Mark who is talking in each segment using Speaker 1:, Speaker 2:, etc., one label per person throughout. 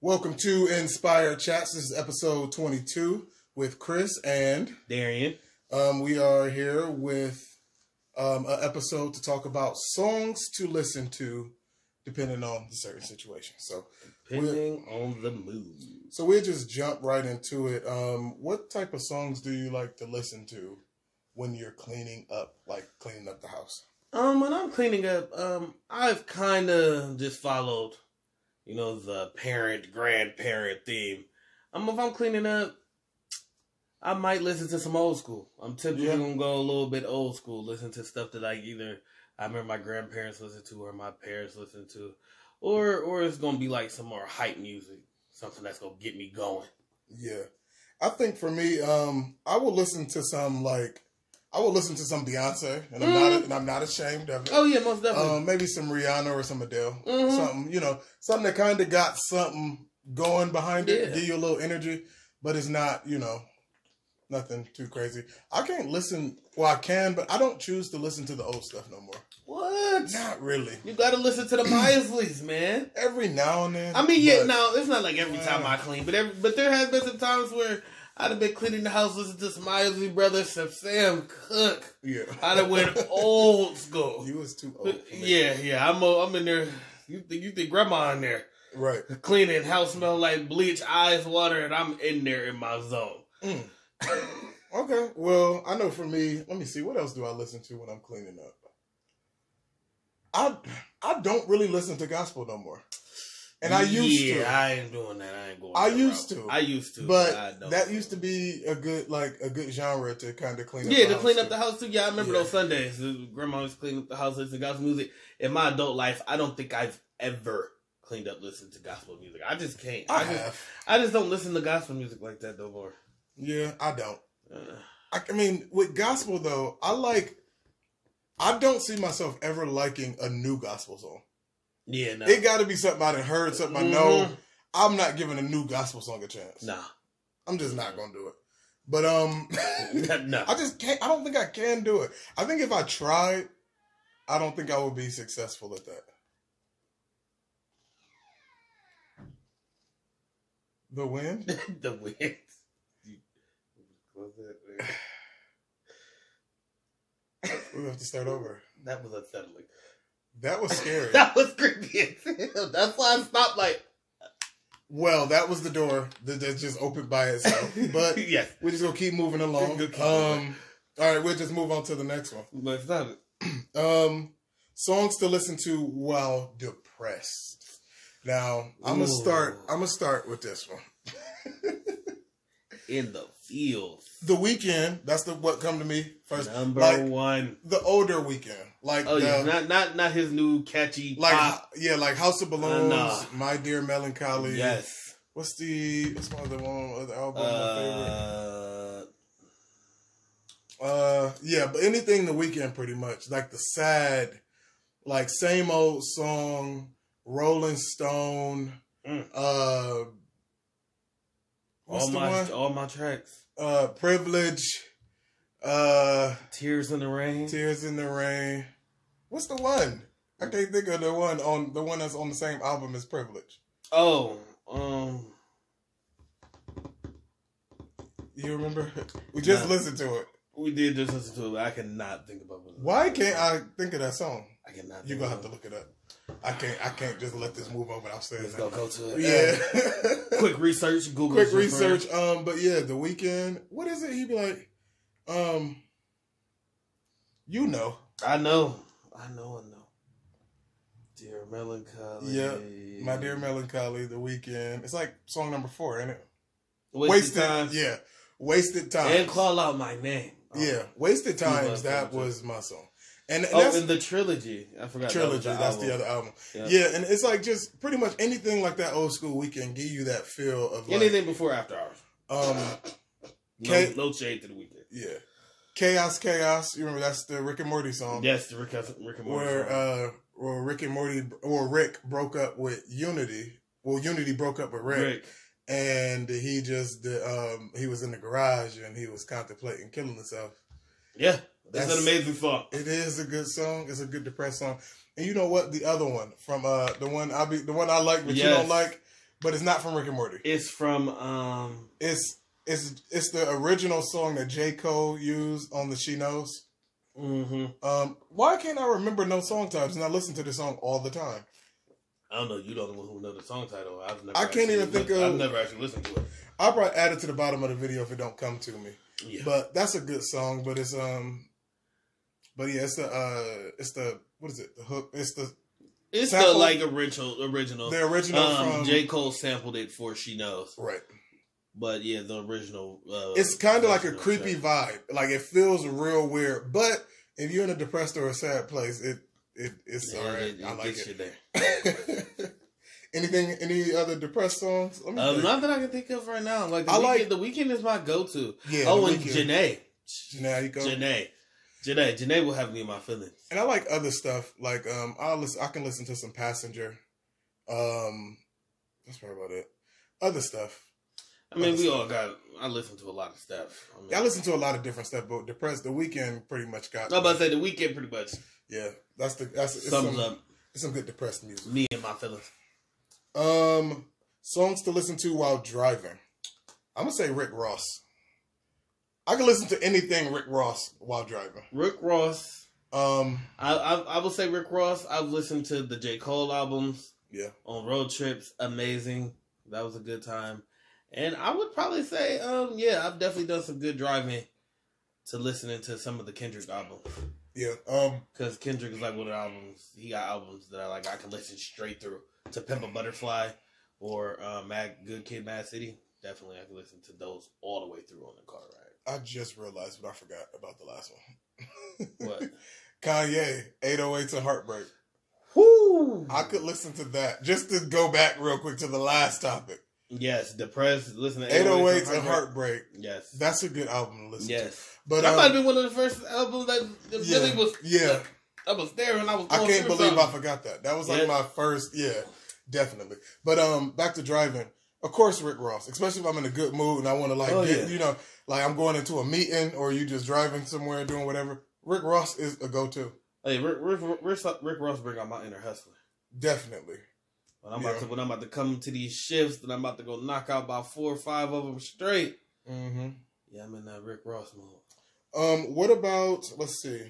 Speaker 1: Welcome to Inspire Chats. This is episode 22 with Chris, and
Speaker 2: Darian.
Speaker 1: um, we are here with um, an episode to talk about songs to listen to, depending on the certain situation. So,
Speaker 2: Depending on the mood.
Speaker 1: so we'll just jump right into it. Um, what type of songs do you like to listen to when you're cleaning up, like cleaning up the house?
Speaker 2: Um, when I'm cleaning up, um, I've kind of just followed, you know, the parent grandparent theme. Um, if I'm cleaning up, I might listen to some old school. I'm typically
Speaker 1: Yeah.
Speaker 2: gonna go a little bit old school, listen to stuff that I either I remember my grandparents listened to or my parents listened to, or or it's gonna be like some more hype music, something that's gonna get me going.
Speaker 1: Yeah. I think for me, um, I will listen to some like I will listen to some Beyonce, and I'm not
Speaker 2: Mm.
Speaker 1: and I'm not ashamed of it.
Speaker 2: Oh yeah, most definitely.
Speaker 1: Um, maybe some Rihanna or some Adele,
Speaker 2: Mhm.
Speaker 1: something you know, something that kind of got something going behind it,
Speaker 2: Yeah.
Speaker 1: give you a little energy, but it's not you know nothing too crazy. I can't listen. Well, I can, but I don't choose to listen to the old stuff no more.
Speaker 2: what?
Speaker 1: Not really.
Speaker 2: You gotta listen to the Misleys, man.
Speaker 1: Every now and then.
Speaker 2: I mean, yeah,
Speaker 1: but-
Speaker 2: no, it's not like every time I clean, but every, but there has been some times where I'd have been cleaning the house, listening to some Isley Brothers, some Sam Cook.
Speaker 1: Yeah,
Speaker 2: I'd have went old school. Uh,
Speaker 1: you was too old. For me.
Speaker 2: yeah, yeah, I'm a, I'm in there. You think you think grandma in there
Speaker 1: right.
Speaker 2: cleaning house smell like bleach, eyes water, and I'm in there in my zone.
Speaker 1: Mm. Okay. Well, I know for me, let me see. What else do I listen to when I'm cleaning up? I I don't really listen to gospel no more, and I used
Speaker 2: yeah,
Speaker 1: to.
Speaker 2: I ain't doing that. I ain't going.
Speaker 1: I
Speaker 2: that
Speaker 1: used
Speaker 2: route.
Speaker 1: to.
Speaker 2: I used to,
Speaker 1: but
Speaker 2: I don't.
Speaker 1: that used to be a good like a good genre to kind of clean up.
Speaker 2: Yeah,
Speaker 1: the
Speaker 2: to clean
Speaker 1: house
Speaker 2: up
Speaker 1: to.
Speaker 2: the house too. Yeah, I remember
Speaker 1: Yeah.
Speaker 2: those Sundays. The Grandma was cleaning up the house, listening to gospel music. In my adult life, I don't think I've ever cleaned up listening to gospel music. I just can't.
Speaker 1: I
Speaker 2: I, just
Speaker 1: have.
Speaker 2: I just don't listen to gospel music like that no more.
Speaker 1: Yeah, I don't.
Speaker 2: Uh,
Speaker 1: I, I mean, with gospel though, I like. I don't see myself ever liking a new gospel song.
Speaker 2: yeah, no. Mm-hmm.
Speaker 1: It got to be something I done heard, something I know. I'm not giving a new gospel song a chance.
Speaker 2: Nah,
Speaker 1: I'm just not gonna do it. But um,
Speaker 2: no.
Speaker 1: I just can't. I don't think I can do it. I think if I tried, I don't think I would be successful at that. The wind.
Speaker 2: the wind. You- close that there.
Speaker 1: We have to start over.
Speaker 2: That was unsettling.
Speaker 1: That was scary.
Speaker 2: That was creepy. as hell. That's why I stopped. Like,
Speaker 1: well, that was the door that, that just opened by itself. But
Speaker 2: yes,
Speaker 1: we're just gonna keep moving along.
Speaker 2: Okay.
Speaker 1: Um, all right, we'll just move on to the next one.
Speaker 2: but stop it.
Speaker 1: Um, songs to listen to while depressed. Now I'm gonna
Speaker 2: Ooh.
Speaker 1: start. I'm gonna start with this one.
Speaker 2: In the fields,
Speaker 1: The weekend. That's the what come to me first.
Speaker 2: number
Speaker 1: like-
Speaker 2: one.
Speaker 1: The older weekend, like
Speaker 2: Oh
Speaker 1: the,
Speaker 2: yeah, not not not his new catchy
Speaker 1: like
Speaker 2: pop.
Speaker 1: yeah, like House of Balloons,
Speaker 2: nah.
Speaker 1: My Dear Melancholy.
Speaker 2: Yes.
Speaker 1: What's the what's my other one other album? my favorite.
Speaker 2: Uh,
Speaker 1: Uh, yeah, but anything the weekend pretty much like the sad, like same old song, Rolling Stone.
Speaker 2: Mm.
Speaker 1: Uh, what's
Speaker 2: all
Speaker 1: the
Speaker 2: my
Speaker 1: one?
Speaker 2: all my tracks.
Speaker 1: uh privilege uh
Speaker 2: Tears in the rain.
Speaker 1: tears in the rain what's the one i can't think of the one on the one that's on the same album as privilege
Speaker 2: Oh, um,
Speaker 1: you remember we just
Speaker 2: No.
Speaker 1: listened to it
Speaker 2: we did just listen to it. But I cannot think about it.
Speaker 1: why can't i think of that song
Speaker 2: I cannot.
Speaker 1: you're
Speaker 2: think
Speaker 1: gonna
Speaker 2: of
Speaker 1: have to look it up i can't i can't just let this move on without
Speaker 2: it.
Speaker 1: saying
Speaker 2: Let's
Speaker 1: that
Speaker 2: go go to it.
Speaker 1: yeah
Speaker 2: Uh, quick research. Google.
Speaker 1: quick
Speaker 2: is your friend.
Speaker 1: research um but yeah the weekend what is it he'd be like um you know
Speaker 2: I know. I know. I know. Dear melancholy.
Speaker 1: Yeah, my dear melancholy the weekend it's like song number four ain't it
Speaker 2: Wasted,
Speaker 1: wasted
Speaker 2: time.
Speaker 1: yeah wasted time
Speaker 2: And call out my name. Oh.
Speaker 1: yeah wasted
Speaker 2: Love
Speaker 1: times that
Speaker 2: Culture.
Speaker 1: was my song and
Speaker 2: Oh,
Speaker 1: that's
Speaker 2: in the trilogy. I forgot. that was
Speaker 1: trilogy that's
Speaker 2: album.
Speaker 1: the other album
Speaker 2: Yeah.
Speaker 1: yeah. and it's like just pretty much anything like that old school weekend give you that feel of like,
Speaker 2: Anything before after hours.
Speaker 1: um
Speaker 2: No,
Speaker 1: Okay.
Speaker 2: no shade to the weekend.
Speaker 1: yeah chaos chaos you remember that's the rick and morty song
Speaker 2: yes, the Rick, Rick
Speaker 1: Um,
Speaker 2: and Morty.
Speaker 1: where
Speaker 2: song.
Speaker 1: uh where rick and morty or rick broke up with unity well unity broke up with rick,
Speaker 2: Rick.
Speaker 1: and he just did, um he was in the garage and he was contemplating killing himself
Speaker 2: Yeah, that's,
Speaker 1: That's-
Speaker 2: an amazing song.
Speaker 1: It is a good song. It's a good depressed song. And you know what? The other one from uh the one I be the one I like, but you
Speaker 2: Yes.
Speaker 1: don't like but it's not from Rick and Morty.
Speaker 2: It's from um
Speaker 1: It's it's it's the original song that J. Cole used on the She Knows.
Speaker 2: hmm
Speaker 1: Um, why can't I remember no song titles? And I listen to this song all the time.
Speaker 2: I don't know. You don't know who know the song title. I've never.
Speaker 1: I can't
Speaker 2: actually
Speaker 1: even think
Speaker 2: looked-
Speaker 1: of-
Speaker 2: I've never actually listened to it.
Speaker 1: I'll probably add it to the bottom of the video if it don't come to me.
Speaker 2: Yeah.
Speaker 1: But that's a good song. But it's um, but yeah, it's the uh, it's the what is it? The hook. It's the
Speaker 2: it's the
Speaker 1: sample-
Speaker 2: like original original.
Speaker 1: the original
Speaker 2: Um,
Speaker 1: from
Speaker 2: J Cole sampled it for she knows,
Speaker 1: right.
Speaker 2: but yeah, the original. Uh,
Speaker 1: It's kind of like a
Speaker 2: original
Speaker 1: creepy
Speaker 2: track.
Speaker 1: vibe. Like it feels real weird. But if you're in a depressed or a sad place, it it it's
Speaker 2: Yeah,
Speaker 1: all right.
Speaker 2: it- it
Speaker 1: I like
Speaker 2: gets
Speaker 1: it.
Speaker 2: you there.
Speaker 1: Anything? Any other depressed songs? Let me
Speaker 2: Um,
Speaker 1: think.
Speaker 2: not that I can think of right now. Like the
Speaker 1: I
Speaker 2: weekend,
Speaker 1: like-
Speaker 2: the weekend is my go to.
Speaker 1: yeah.
Speaker 2: oh,
Speaker 1: The
Speaker 2: and
Speaker 1: Weeknd.
Speaker 2: Janae,
Speaker 1: Janae Aiko.
Speaker 2: Janae, Janae, Janae will have me in my feelings.
Speaker 1: and I like other stuff. Like um, I listen, I can listen to some Passenger. Um, that's probably about it. Other stuff.
Speaker 2: I mean, we
Speaker 1: Listen.
Speaker 2: all got. I listen to a lot of stuff. I, mean,
Speaker 1: I listen to a lot of different stuff, but depressed. The weekend pretty much got.
Speaker 2: I'm about to say the weekend pretty much
Speaker 1: yeah, that's the that's it's
Speaker 2: sums
Speaker 1: some,
Speaker 2: up
Speaker 1: It's some good depressed music.
Speaker 2: me and my feelings.
Speaker 1: Um, songs to listen to while driving. I'm gonna say Rick Ross. I can listen to anything Rick Ross while driving.
Speaker 2: Rick Ross.
Speaker 1: Um,
Speaker 2: I, I I will say Rick Ross. I've listened to the J Cole albums.
Speaker 1: Yeah.
Speaker 2: On road trips, amazing. That was a good time. And I would probably say, um, yeah, I've definitely done some good driving to listening to some of the Kendrick albums
Speaker 1: yeah. Um,
Speaker 2: because Kendrick is like one of the albums. He got albums that I like. I can listen straight through to Pimp a Butterfly or uh, Mad Good Kid, Mad City. Definitely, I can listen to those all the way through on the car ride.
Speaker 1: I just realized what I forgot about the last one.
Speaker 2: What?
Speaker 1: Kanye, 808 to Heartbreak.
Speaker 2: Whoo!
Speaker 1: I could listen to that just to go back real quick to the last topic.
Speaker 2: Yes, depressed. Listen to
Speaker 1: 808
Speaker 2: 808s
Speaker 1: and Heartbreak.
Speaker 2: Yes.
Speaker 1: That's a good album to listen to.
Speaker 2: Yes.
Speaker 1: But
Speaker 2: that might have
Speaker 1: um,
Speaker 2: been one of the first albums that that
Speaker 1: yeah,
Speaker 2: really was.
Speaker 1: yeah.
Speaker 2: I was there and I was.
Speaker 1: I
Speaker 2: going
Speaker 1: can't
Speaker 2: through
Speaker 1: believe I
Speaker 2: something.
Speaker 1: forgot that. That was like
Speaker 2: Yeah.
Speaker 1: my first, yeah, definitely. But um, back to driving. Of course, Rick Ross. Especially if I'm in a good mood and I want to like
Speaker 2: Oh,
Speaker 1: get,
Speaker 2: yeah.
Speaker 1: you know, like I'm going into a meeting or you just driving somewhere doing whatever. Rick Ross is a go-to,
Speaker 2: Hey, Rick, Rick, Rick, Rick Ross bring out my inner hustler.
Speaker 1: definitely.
Speaker 2: When I'm about
Speaker 1: Yeah.
Speaker 2: to when I'm about to come to these shifts, then I'm about to go knock out about four or five of them straight.
Speaker 1: Mm-hmm.
Speaker 2: Yeah, I'm in that Rick Ross mode.
Speaker 1: Um, what about let's see,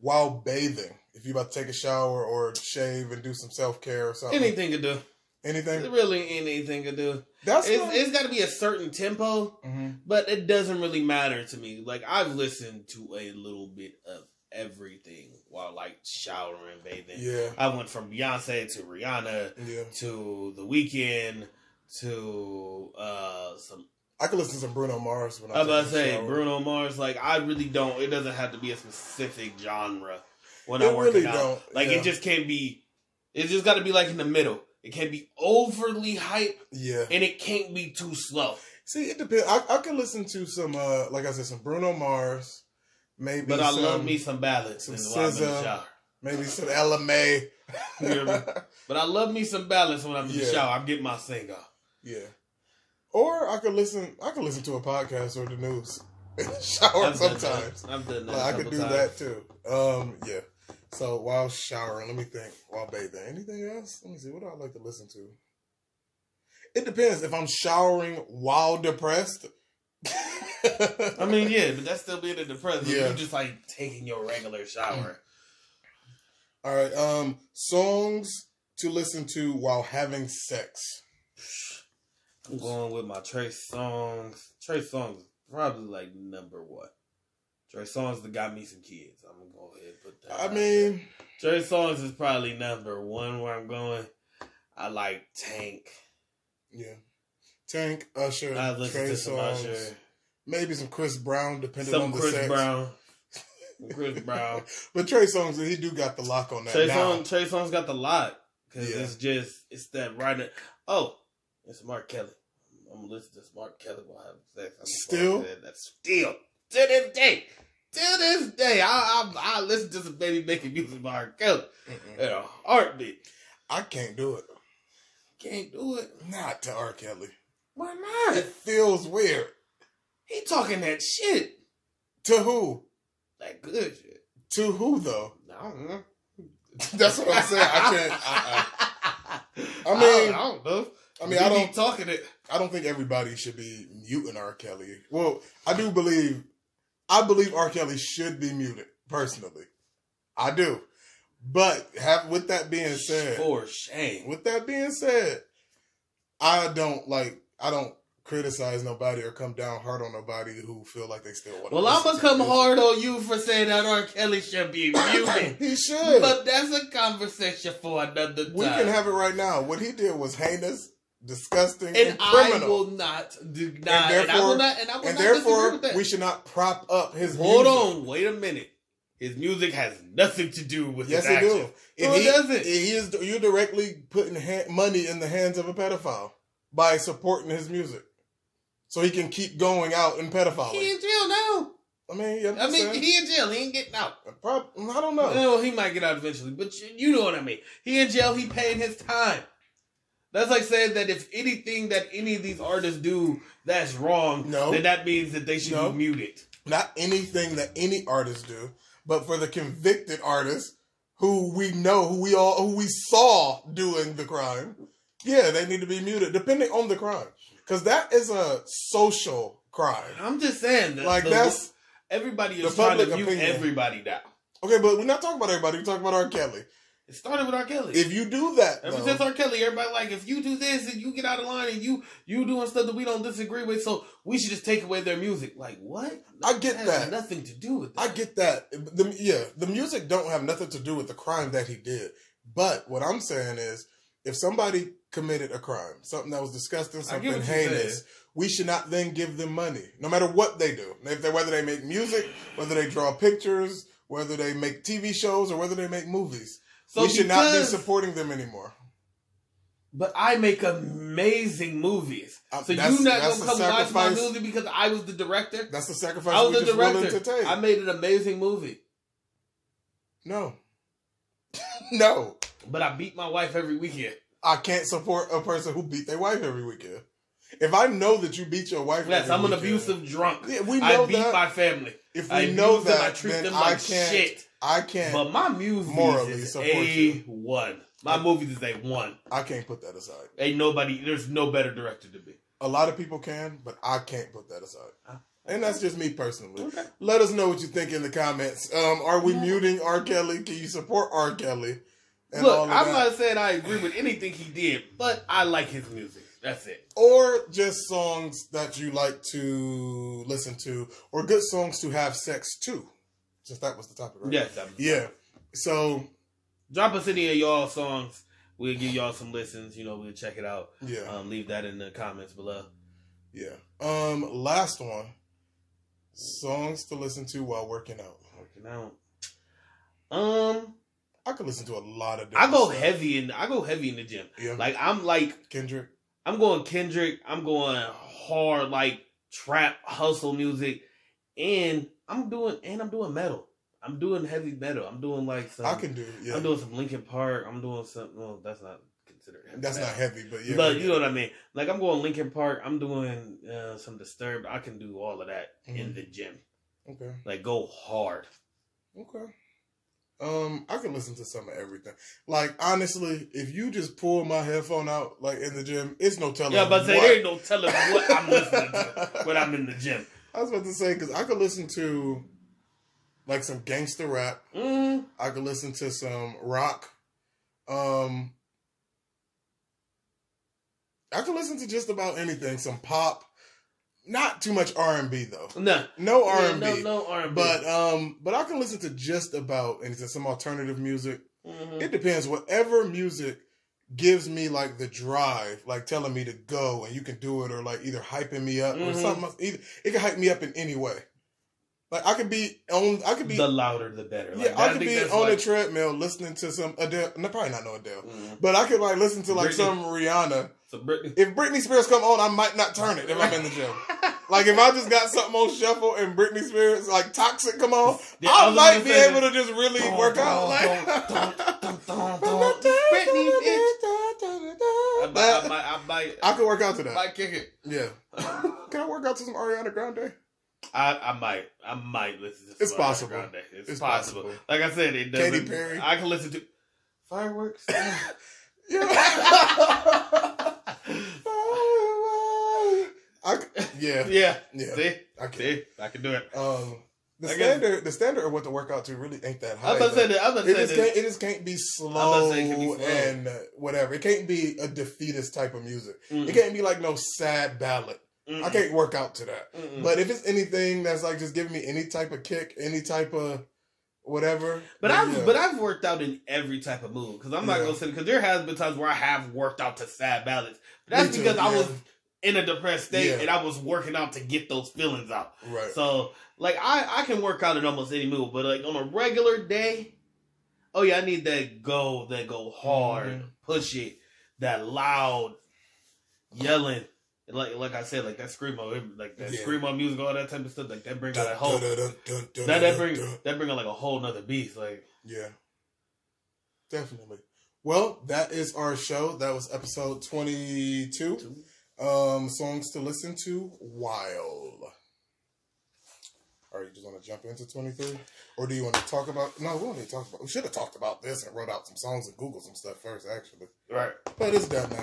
Speaker 1: while bathing, if you about to take a shower or shave and do some self care or something,
Speaker 2: Anything could do.
Speaker 1: anything?
Speaker 2: Really, anything could do.
Speaker 1: That's
Speaker 2: It's,
Speaker 1: not-
Speaker 2: it's got to be a certain tempo,
Speaker 1: Mhm.
Speaker 2: but it doesn't really matter to me. Like I've listened to a little bit of everything while like showering, bathing.
Speaker 1: yeah,
Speaker 2: I went from Beyonce to Rihanna
Speaker 1: yeah.
Speaker 2: to The Weeknd to uh some
Speaker 1: I could listen to some Bruno Mars when
Speaker 2: I
Speaker 1: I
Speaker 2: was about to
Speaker 1: take a
Speaker 2: say
Speaker 1: shower.
Speaker 2: Bruno Mars. Like I really don't. It doesn't have to be a specific genre when
Speaker 1: It
Speaker 2: I'm working
Speaker 1: really
Speaker 2: out.
Speaker 1: don't,
Speaker 2: Like
Speaker 1: yeah.
Speaker 2: it just can't be. It just got to be like in the middle. It can't be overly hype
Speaker 1: Yeah.
Speaker 2: and it can't be too slow.
Speaker 1: See, it depends. I, I could listen to some, uh, like I said, some Bruno Mars, maybe,
Speaker 2: But I
Speaker 1: some,
Speaker 2: love me some ballads
Speaker 1: some
Speaker 2: and while I'm in the
Speaker 1: SZA.
Speaker 2: shower.
Speaker 1: maybe some LMA.
Speaker 2: You hear me? But I love me some ballads when I'm in the
Speaker 1: Yeah.
Speaker 2: shower. I'm getting my sing on.
Speaker 1: yeah. Or I could listen. I could listen to a podcast or the news in the shower
Speaker 2: I've done that.
Speaker 1: sometimes.
Speaker 2: I've done that.
Speaker 1: Like, I
Speaker 2: a
Speaker 1: could
Speaker 2: couple
Speaker 1: do
Speaker 2: times.
Speaker 1: that too. Um, yeah. So while showering, let me think. While bathing, anything else? Let me see. What do I like to listen to? It depends. If I'm showering while depressed,
Speaker 2: I mean, yeah, but that's still being a depressed.
Speaker 1: Yeah.
Speaker 2: You're just like taking your regular shower.
Speaker 1: all right. Um, songs to listen to while having sex. Mm.
Speaker 2: I'm going with my Trey Songs. Trey Songs is probably like number one. Trey Songs that got me some kids. I'm gonna go ahead and put that.
Speaker 1: I
Speaker 2: out
Speaker 1: mean,
Speaker 2: there. Trey Songs is probably number one where I'm going. I like Tank.
Speaker 1: yeah. Tank, Usher,
Speaker 2: I listen
Speaker 1: Trey
Speaker 2: to some
Speaker 1: songs,
Speaker 2: Usher,
Speaker 1: maybe some Chris Brown, depending on
Speaker 2: some
Speaker 1: the
Speaker 2: Chris
Speaker 1: sex.
Speaker 2: Brown, Chris Brown.
Speaker 1: But Trey songs, he do got the lock on that.
Speaker 2: Trey
Speaker 1: now.
Speaker 2: Songz, Trey Songz got the lot because
Speaker 1: Yeah.
Speaker 2: it's just it's that right. Oh, it's Mark Kelly. I'm gonna listen to Mark Kelly while I have sex. I'm just gonna
Speaker 1: Still?
Speaker 2: say that still to this day, to this day, I I, I listen to some baby making music by Mark Kelly
Speaker 1: Mm-mm.
Speaker 2: in a heartbeat.
Speaker 1: I can't do it.
Speaker 2: Can't do it.
Speaker 1: Not to R. Kelly.
Speaker 2: Why not?
Speaker 1: It feels weird.
Speaker 2: He talking that shit,
Speaker 1: To who?
Speaker 2: that good shit.
Speaker 1: To who though?
Speaker 2: I don't know.
Speaker 1: That's what I'm saying. I can't. I,
Speaker 2: I,
Speaker 1: I mean-
Speaker 2: I don't know.
Speaker 1: I mean, I
Speaker 3: You
Speaker 1: don't.
Speaker 3: keep talking it.
Speaker 1: I don't think everybody should be muting R. Kelly. Well, I do believe, I believe R. Kelly should be muted personally. I do, but have with that being said,
Speaker 2: For shame.
Speaker 1: with that being said, I don't like. I don't criticize nobody or come down hard on nobody who feel like they still want.
Speaker 2: Well, I'm gonna come hard on you for saying that R. Kelly should be muted,
Speaker 1: He should.
Speaker 2: but that's a conversation for another time.
Speaker 1: we can have it right now. What he did was heinous, disgusting, and,
Speaker 2: and I
Speaker 1: criminal.
Speaker 2: will not deny. And, I
Speaker 1: therefore-
Speaker 2: will not. And I will
Speaker 1: and
Speaker 2: not disagree
Speaker 1: therefore,
Speaker 2: with that.
Speaker 1: we should not prop up his.
Speaker 2: Hold
Speaker 1: music.
Speaker 2: on, wait a minute. His music has nothing to do with
Speaker 1: Yes,
Speaker 2: his
Speaker 1: it
Speaker 2: actions.
Speaker 1: do. If
Speaker 2: No, it
Speaker 1: he,
Speaker 2: doesn't.
Speaker 1: if he is, you're directly putting ha- money in the hands of a pedophile by supporting his music, so he can keep going out and
Speaker 2: He
Speaker 1: pedophiling.
Speaker 2: in jail now.
Speaker 1: I mean, you
Speaker 2: I mean,
Speaker 1: understand?
Speaker 2: he in jail. He ain't getting out.
Speaker 1: Prob- I don't know.
Speaker 2: Well, he might get out eventually, but you, you know what I mean. He in jail. He paying his time. That's like saying that if anything that any of these artists do that's wrong,
Speaker 1: No.
Speaker 2: then that means that they should
Speaker 1: No.
Speaker 2: be muted.
Speaker 1: Not anything that any artist do, but for the convicted artists who we know, who we all, who we saw doing the crime, yeah, they need to be muted, depending on the crime, because that is a social crime.
Speaker 2: I'm just saying that
Speaker 1: Like
Speaker 2: the-
Speaker 1: that's
Speaker 2: everybody is
Speaker 1: the
Speaker 2: trying to
Speaker 1: public
Speaker 2: mute
Speaker 1: opinion.
Speaker 2: everybody now.
Speaker 1: okay, but we're not talking about everybody. We're talking about R. Kelly.
Speaker 2: It started with R. Kelly.
Speaker 1: If you do that,
Speaker 2: Ever
Speaker 1: though-
Speaker 2: since R. Kelly, everybody like if you do this and you get out of line and you you doing stuff that we don't disagree with, so we should just take away their music. Like what?
Speaker 1: I get
Speaker 2: has
Speaker 1: that.
Speaker 2: Nothing to do with that.
Speaker 1: I get that. The, yeah, the music don't have nothing to do with the crime that he did. But what I'm saying is, if somebody committed a crime, something that was disgusting,
Speaker 2: I
Speaker 1: something
Speaker 2: get what you're
Speaker 1: heinous, we should not then give them money, no matter what they do. If they, whether they make music, whether they draw pictures, whether they make TV shows, or whether they make movies,
Speaker 2: So
Speaker 1: we should not be
Speaker 2: because-
Speaker 1: supporting them anymore.
Speaker 2: But I make amazing movies.
Speaker 1: Uh,
Speaker 2: So you
Speaker 1: that's-
Speaker 2: not
Speaker 1: that's a
Speaker 2: gonna come watch my
Speaker 1: sacrifice-
Speaker 2: movie because I was the director?
Speaker 1: That's the
Speaker 2: I
Speaker 1: sacrifice
Speaker 2: was
Speaker 1: we're
Speaker 2: the
Speaker 1: just willing to
Speaker 2: director.
Speaker 1: take.
Speaker 2: I made an amazing movie.
Speaker 1: no, no,
Speaker 2: But I beat my wife every weekend.
Speaker 1: I can't support a person who beat their wife every weekend. If I know that you beat your wife,
Speaker 2: Yes,
Speaker 1: every
Speaker 2: I'm an
Speaker 1: weekend,
Speaker 2: abusive drunk.
Speaker 1: Yeah, we
Speaker 2: I
Speaker 1: know
Speaker 2: beat
Speaker 1: that.
Speaker 2: my family.
Speaker 1: if we
Speaker 2: I
Speaker 1: know
Speaker 2: abuse
Speaker 1: that,
Speaker 2: them, I treat
Speaker 1: then
Speaker 2: them
Speaker 1: I
Speaker 2: like
Speaker 1: can't.
Speaker 2: shit.
Speaker 1: I can't.
Speaker 2: But my movies
Speaker 1: Morally
Speaker 2: is
Speaker 1: support
Speaker 2: a
Speaker 1: you.
Speaker 2: one. My movies is a one.
Speaker 1: I can't put that aside.
Speaker 2: Ain't nobody. There's no better director to be.
Speaker 1: A lot of people can, but I can't put that aside.
Speaker 2: Ah,
Speaker 1: And that's just me personally.
Speaker 2: Okay.
Speaker 1: Let us know what you think in the comments. Um, are we muting R. Kelly? Can you support R. Kelly?
Speaker 2: Look,
Speaker 1: of
Speaker 2: I'm
Speaker 1: that?
Speaker 2: not saying I agree with anything he did, but I like his music. That's it.
Speaker 1: or just songs that you like to listen to, or good songs to have sex to. Since that was the topic, right?
Speaker 2: Yes. I'm-
Speaker 1: Yeah. So
Speaker 2: Drop us any of y'all songs. We'll give y'all some listens. You know, we'll check it out.
Speaker 1: yeah.
Speaker 2: Um, leave that in the comments below.
Speaker 1: Yeah. Um, last one. Songs to listen to while working out.
Speaker 2: Working out. Um,
Speaker 1: I could listen to a lot of
Speaker 2: I
Speaker 1: different
Speaker 2: go
Speaker 1: stuff.
Speaker 2: heavy in. I go heavy in the gym.
Speaker 1: Yeah.
Speaker 2: Like I'm like
Speaker 1: Kendrick.
Speaker 2: I'm going Kendrick. I'm going hard like trap hustle music, and I'm doing and I'm doing metal. I'm doing heavy metal. I'm doing like some.
Speaker 1: I can do yeah.
Speaker 2: I'm doing some Linkin Park. I'm doing some. Well, that's not considered. heavy
Speaker 1: That's
Speaker 2: metal.
Speaker 1: not heavy, but yeah.
Speaker 2: but you know what I mean. Like I'm going Linkin Park. I'm doing uh, some Disturbed. I can do all of that in
Speaker 1: Mhm.
Speaker 2: the gym.
Speaker 1: Okay.
Speaker 2: Like go hard.
Speaker 1: Okay. Um, I can listen to some of everything. Like honestly, if you just pull my headphone out like in the gym, it's no telling.
Speaker 2: yeah, but
Speaker 1: what.
Speaker 2: say there ain't no telling what I'm listening to when I'm in the gym.
Speaker 1: I was about to say because I could listen to like some gangster rap.
Speaker 2: Mm,
Speaker 1: I could listen to some rock. Um I could listen to just about anything, some pop. Not too much R and B though.
Speaker 2: no,
Speaker 1: No R
Speaker 2: Yeah,
Speaker 1: and
Speaker 2: no,
Speaker 1: B.
Speaker 2: no R&B.
Speaker 1: But um but I can listen to just about anything, some alternative music.
Speaker 2: Mhm.
Speaker 1: It depends. Whatever music gives me like the drive, like telling me to go and you can do it, or like either hyping me up or
Speaker 2: Mhm.
Speaker 1: something. else. Either it can hype me up in any way. Like I could be on I could be
Speaker 2: the louder the better. Like,
Speaker 1: yeah, I
Speaker 2: that-
Speaker 1: could
Speaker 2: think
Speaker 1: be
Speaker 2: that's
Speaker 1: on
Speaker 2: like-
Speaker 1: a treadmill listening to some Adele. No, probably not no Adele,
Speaker 2: Mm.
Speaker 1: but I could like listen to like
Speaker 2: Britney.
Speaker 1: some Rihanna.
Speaker 2: So Britney.
Speaker 1: If Britney Spears come on, I might not turn it if I'm in the gym. like if I just got something on shuffle and Britney Spears like Toxic come on,
Speaker 2: Yeah,
Speaker 1: I
Speaker 2: was
Speaker 1: might
Speaker 2: gonna
Speaker 1: be
Speaker 2: say
Speaker 1: able
Speaker 2: that.
Speaker 1: to just really
Speaker 2: Dun,
Speaker 1: work
Speaker 2: dun,
Speaker 1: out. Like
Speaker 2: dun, dun, dun, dun. Britney, bitch. I might, I
Speaker 1: Uh, That-
Speaker 2: might, I might,
Speaker 1: I could work out to
Speaker 2: I
Speaker 1: that.
Speaker 2: might kick it.
Speaker 1: Yeah,
Speaker 2: I,
Speaker 1: can I work out to some Ariana Grande?
Speaker 2: I might, I might listen to. some
Speaker 1: It's
Speaker 2: Ariana
Speaker 1: possible.
Speaker 2: Grande. It's,
Speaker 1: It's
Speaker 2: possible.
Speaker 1: possible.
Speaker 2: Like I said, it doesn't.
Speaker 1: Katy Perry.
Speaker 2: I can listen to fireworks.
Speaker 1: Yeah. Yeah,
Speaker 2: Yeah.
Speaker 1: Yeah.
Speaker 2: See?
Speaker 1: I can.
Speaker 2: See? I can do it.
Speaker 1: Um, the
Speaker 2: I guess-
Speaker 1: standard, the standard of what to work out to really ain't that high.
Speaker 2: I'm about to say
Speaker 1: though.
Speaker 2: that. I'm about
Speaker 1: It
Speaker 2: to
Speaker 1: just
Speaker 2: say that.
Speaker 1: can't. It just can't be
Speaker 2: about
Speaker 1: slow,
Speaker 2: to say it can be slow.
Speaker 1: and uh, whatever. It can't be a defeatist type of music. It
Speaker 2: Mm,
Speaker 1: can't be like no sad ballad. I
Speaker 2: mm,
Speaker 1: can't work out to that.
Speaker 2: mm, mm.
Speaker 1: But if it's anything that's like just giving me any type of kick, any type of whatever.
Speaker 2: But
Speaker 1: then
Speaker 2: I've
Speaker 1: yeah.
Speaker 2: but I've worked out in every type of mood because I'm not
Speaker 1: Yeah.
Speaker 2: gonna say because there has been times where I have worked out to sad ballads. But
Speaker 1: Me
Speaker 2: that's
Speaker 1: too,
Speaker 2: because I
Speaker 1: yeah.
Speaker 2: was in a depressed state
Speaker 1: Yeah.
Speaker 2: and I was working out to get those feelings out.
Speaker 1: right.
Speaker 2: So like I I can work out in almost any mood, but like on a regular day, oh yeah, I need that go that go hard,
Speaker 1: Mhm.
Speaker 2: push it, that loud yelling. Like like I said, like that screamo, it- like that
Speaker 1: Yeah.
Speaker 2: screamo music, all that type of stuff, like that brings out
Speaker 1: Dun,
Speaker 2: a whole
Speaker 1: dun, dun, dun, dun,
Speaker 2: that that
Speaker 1: dun,
Speaker 2: brings
Speaker 1: dun.
Speaker 2: that brings out like a whole nother beast, like.
Speaker 1: Yeah, definitely. Well, that is our show. That was episode twenty-two. Um, songs to listen to while. Are you just want to jump into 23? Or do you want to talk about? No, we don't need to talk about. We should have talked about this and wrote out some songs and Googled some stuff first, actually.
Speaker 2: Right.
Speaker 1: But it's done now.